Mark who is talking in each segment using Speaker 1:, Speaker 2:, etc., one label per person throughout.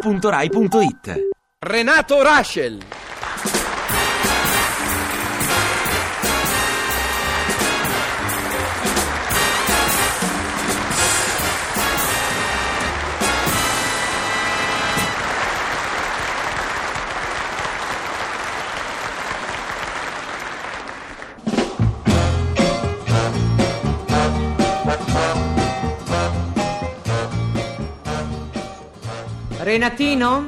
Speaker 1: radio2pod.rai.it
Speaker 2: Renato Raschel.
Speaker 3: Renatino?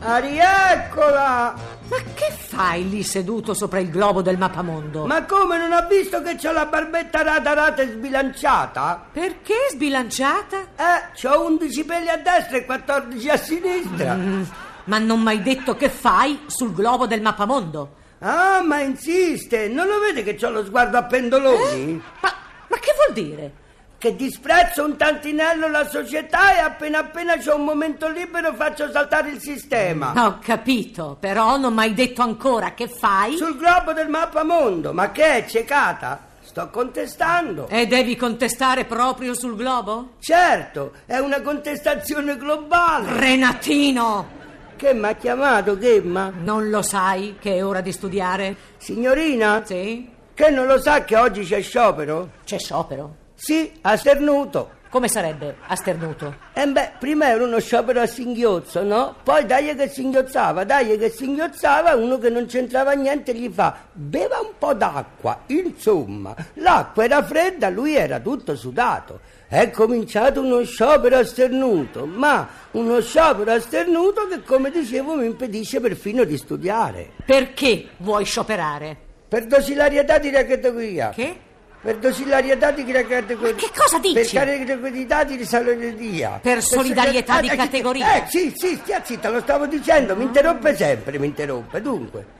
Speaker 4: Arieccola!
Speaker 3: Ma che fai lì seduto sopra il globo del mappamondo?
Speaker 4: Ma come non ha visto che c'ho la barbetta radarata e sbilanciata?
Speaker 3: perché sbilanciata?
Speaker 4: Eh, c'ho 11 peli a destra e 14 a sinistra.
Speaker 3: Mm, Ma non m'hai detto che fai sul globo del mappamondo?
Speaker 4: Ah, ma insiste, non lo vede che c'ho lo sguardo a pendoloni?
Speaker 3: Ma, ma che vuol dire?
Speaker 4: Che disprezzo un tantinello la società e appena appena c'ho un momento libero faccio saltare il sistema.
Speaker 3: Ho capito, però non m'hai detto ancora che fai
Speaker 4: Sul globo del mappamondo, ma che è ciecata? Sto contestando.
Speaker 3: e devi contestare proprio sul globo?
Speaker 4: Certo, è una contestazione globale.
Speaker 3: Renatino!
Speaker 4: Che mi ha chiamato, Gemma?
Speaker 3: Non lo sai che è ora di studiare?
Speaker 4: Signorina?
Speaker 3: Sì?
Speaker 4: Che non lo sa che oggi c'è sciopero?
Speaker 3: C'è sciopero.
Speaker 4: Sì, ha sternuto.
Speaker 3: Come sarebbe asternuto?
Speaker 4: E beh, prima era uno sciopero a singhiozzo, no? Poi dai che singhiozzava, dai che singhiozzava, uno che non c'entrava niente gli fa beva un po' d'acqua. Insomma, l'acqua era fredda, lui era tutto sudato. È cominciato uno sciopero a sternuto, ma uno sciopero a sternuto che, come dicevo, mi impedisce perfino di studiare.
Speaker 3: Perché vuoi scioperare?
Speaker 4: Per dosilarietà di categoria.
Speaker 3: Che?
Speaker 4: Per dosilarietà di categoria.
Speaker 3: Ma che cosa dici?
Speaker 4: Per categorità di solidarietà.
Speaker 3: Per solidarietà di
Speaker 4: eh,
Speaker 3: categoria.
Speaker 4: Eh, sì, sì, stia zitta, lo stavo dicendo, mi interrompe sempre, mi interrompe. Dunque,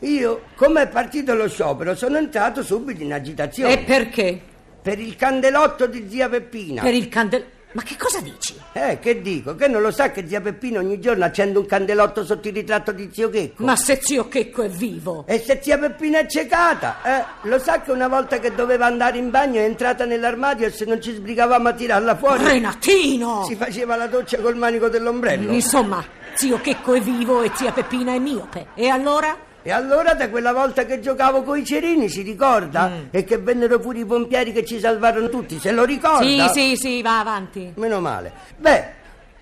Speaker 4: io, come è partito lo sciopero, sono entrato subito in agitazione.
Speaker 3: E perché?
Speaker 4: Per il candelotto di zia Peppina.
Speaker 3: Per il candel... Ma che cosa dici?
Speaker 4: Eh, che dico? Che non lo sa che zia Peppina ogni giorno accende un candelotto sotto il ritratto di zio Checco?
Speaker 3: Ma se zio Checco è vivo!
Speaker 4: E se zia Peppina è ciecata, eh, lo sa che una volta che doveva andare in bagno è entrata nell'armadio e se non ci sbrigavamo a tirarla fuori
Speaker 3: Renatino!
Speaker 4: si faceva la doccia col manico dell'ombrello.
Speaker 3: Insomma, zio Checco è vivo e zia Peppina è miope. E allora?
Speaker 4: E allora da quella volta che giocavo coi cerini si ricorda?
Speaker 3: Mm.
Speaker 4: E che vennero pure i pompieri che ci salvarono tutti, se lo ricorda?
Speaker 3: Sì, sì, sì, va avanti.
Speaker 4: Meno male. Beh,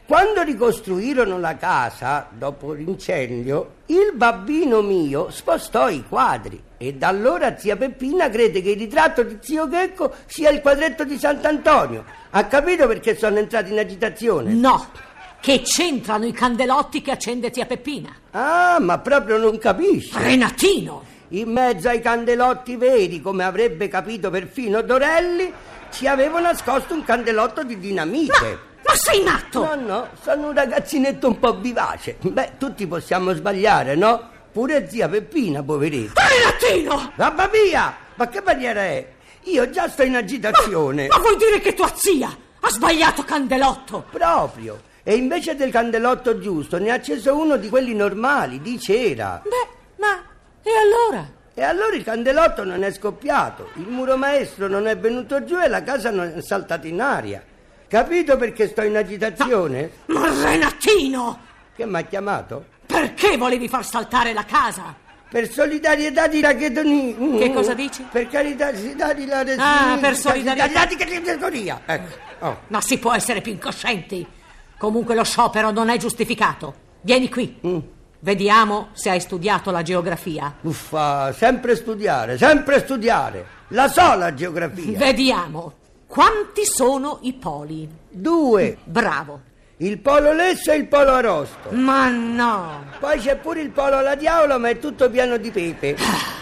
Speaker 4: quando ricostruirono la casa dopo l'incendio, il babbino mio spostò i quadri. E da allora zia Peppina crede che il ritratto di zio Checco sia il quadretto di Sant'Antonio. Ha capito perché sono entrato in agitazione?
Speaker 3: No! Che c'entrano i candelotti che accende zia Peppina?
Speaker 4: Ah, ma proprio non capisce.
Speaker 3: Renatino!
Speaker 4: In mezzo ai candelotti veri, come avrebbe capito perfino Dorelli, ci avevo nascosto un candelotto di dinamite.
Speaker 3: Ma sei matto!
Speaker 4: No, no, sono un ragazzinetto un po' vivace. Beh, tutti possiamo sbagliare, no? Pure zia Peppina, poveretta.
Speaker 3: Renatino!
Speaker 4: Vabbè via! Ma che maniera è? Io già sto in agitazione.
Speaker 3: Ma vuol dire che tua zia ha sbagliato candelotto?
Speaker 4: Proprio. E invece del candelotto giusto ne ha acceso uno di quelli normali, di cera.
Speaker 3: Beh, ma... e allora?
Speaker 4: E allora il candelotto non è scoppiato, il muro maestro non è venuto giù e la casa non è saltata in aria. Capito perché sto in agitazione?
Speaker 3: Ma Renatino!
Speaker 4: Che mi ha chiamato?
Speaker 3: Perché volevi far saltare la casa?
Speaker 4: Per solidarietà di Raghetoni.
Speaker 3: Che cosa dici?
Speaker 4: Per carità di la
Speaker 3: Ah, per solidarietà.
Speaker 4: di categoria. Ecco. Oh.
Speaker 3: Ma si può essere più incoscienti. Comunque lo sciopero non è giustificato. Vieni qui.
Speaker 4: Mm.
Speaker 3: Vediamo se hai studiato la geografia.
Speaker 4: Uffa, sempre studiare, sempre studiare. La sola geografia.
Speaker 3: Vediamo. Quanti sono i poli?
Speaker 4: Due.
Speaker 3: Bravo.
Speaker 4: Il polo lesso e il polo arosto.
Speaker 3: Ma no.
Speaker 4: Poi c'è pure il polo alla diavola, ma è tutto pieno di pepe.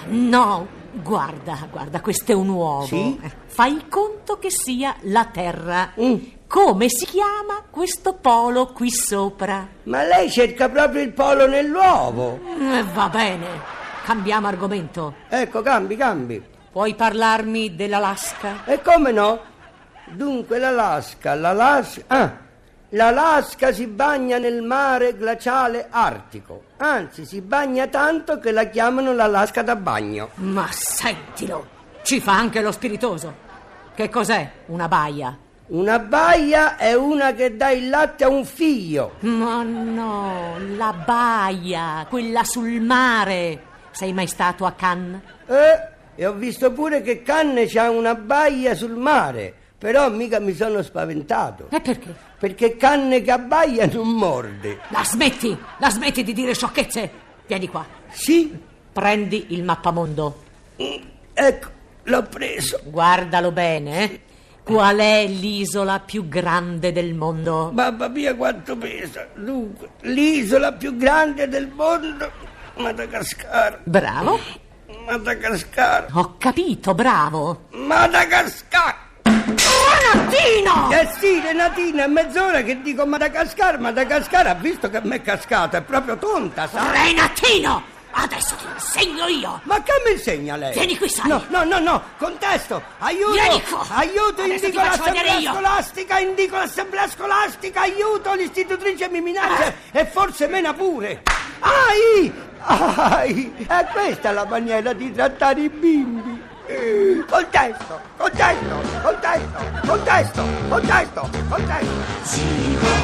Speaker 3: No. Guarda, guarda, questo è un uovo.
Speaker 4: Sì?
Speaker 3: Eh, Fai conto che sia la Terra.
Speaker 4: Mm.
Speaker 3: Come si chiama questo polo qui sopra?
Speaker 4: Ma lei cerca proprio il polo nell'uovo.
Speaker 3: Eh, va bene. Cambiamo argomento.
Speaker 4: Ecco, cambi, cambi.
Speaker 3: Puoi parlarmi dell'Alaska?
Speaker 4: E come no? Dunque l'Alaska, l'Alaska... Ah, L'Alaska si bagna nel mare glaciale artico, anzi si bagna tanto che la chiamano l'Alaska da bagno.
Speaker 3: Ma sentilo! Ci fa anche lo spiritoso. Che cos'è una baia?
Speaker 4: Una baia è una che dà il latte a un figlio.
Speaker 3: Ma no, la baia, quella sul mare. Sei mai stato a Cannes?
Speaker 4: Eh, e ho visto pure che Canne c'ha una baia sul mare, però mica mi sono spaventato.
Speaker 3: E perché?
Speaker 4: Perché canne che abbaia non morde.
Speaker 3: La smetti, la smetti di dire sciocchezze. Vieni qua,
Speaker 4: Sì,
Speaker 3: prendi il mappamondo.
Speaker 4: mm, ecco, l'ho preso.
Speaker 3: Guardalo bene, eh. Qual è l'isola più grande del mondo?
Speaker 4: Mamma mia quanto pesa. Dunque, l'isola più grande del mondo, Madagascar.
Speaker 3: Bravo.
Speaker 4: Madagascar.
Speaker 3: Ho capito, bravo.
Speaker 4: Madagascar.
Speaker 3: Renattino!
Speaker 4: Eh sì, Renatina, è mezz'ora che dico Madagascar, Madagascar ha visto che a me è cascata, è proprio tonta, sa?
Speaker 3: Renattino! Adesso ti insegno io!
Speaker 4: Ma che mi insegna lei?
Speaker 3: Vieni qui, Sani.
Speaker 4: No, no, no, no, contesto, aiuto,
Speaker 3: Vieni qua.
Speaker 4: aiuto,
Speaker 3: Adesso ti
Speaker 4: indico
Speaker 3: faccio
Speaker 4: l'assemblea
Speaker 3: vedere io.
Speaker 4: scolastica, indico l'assemblea scolastica, aiuto, l'istitutrice mi minaccia
Speaker 3: Ah.
Speaker 4: e forse mena pure. Ai, ai, è questa la maniera di trattare i bimbi. Eh, Contesto, contesto, contesto, contesto, contesto, contesto.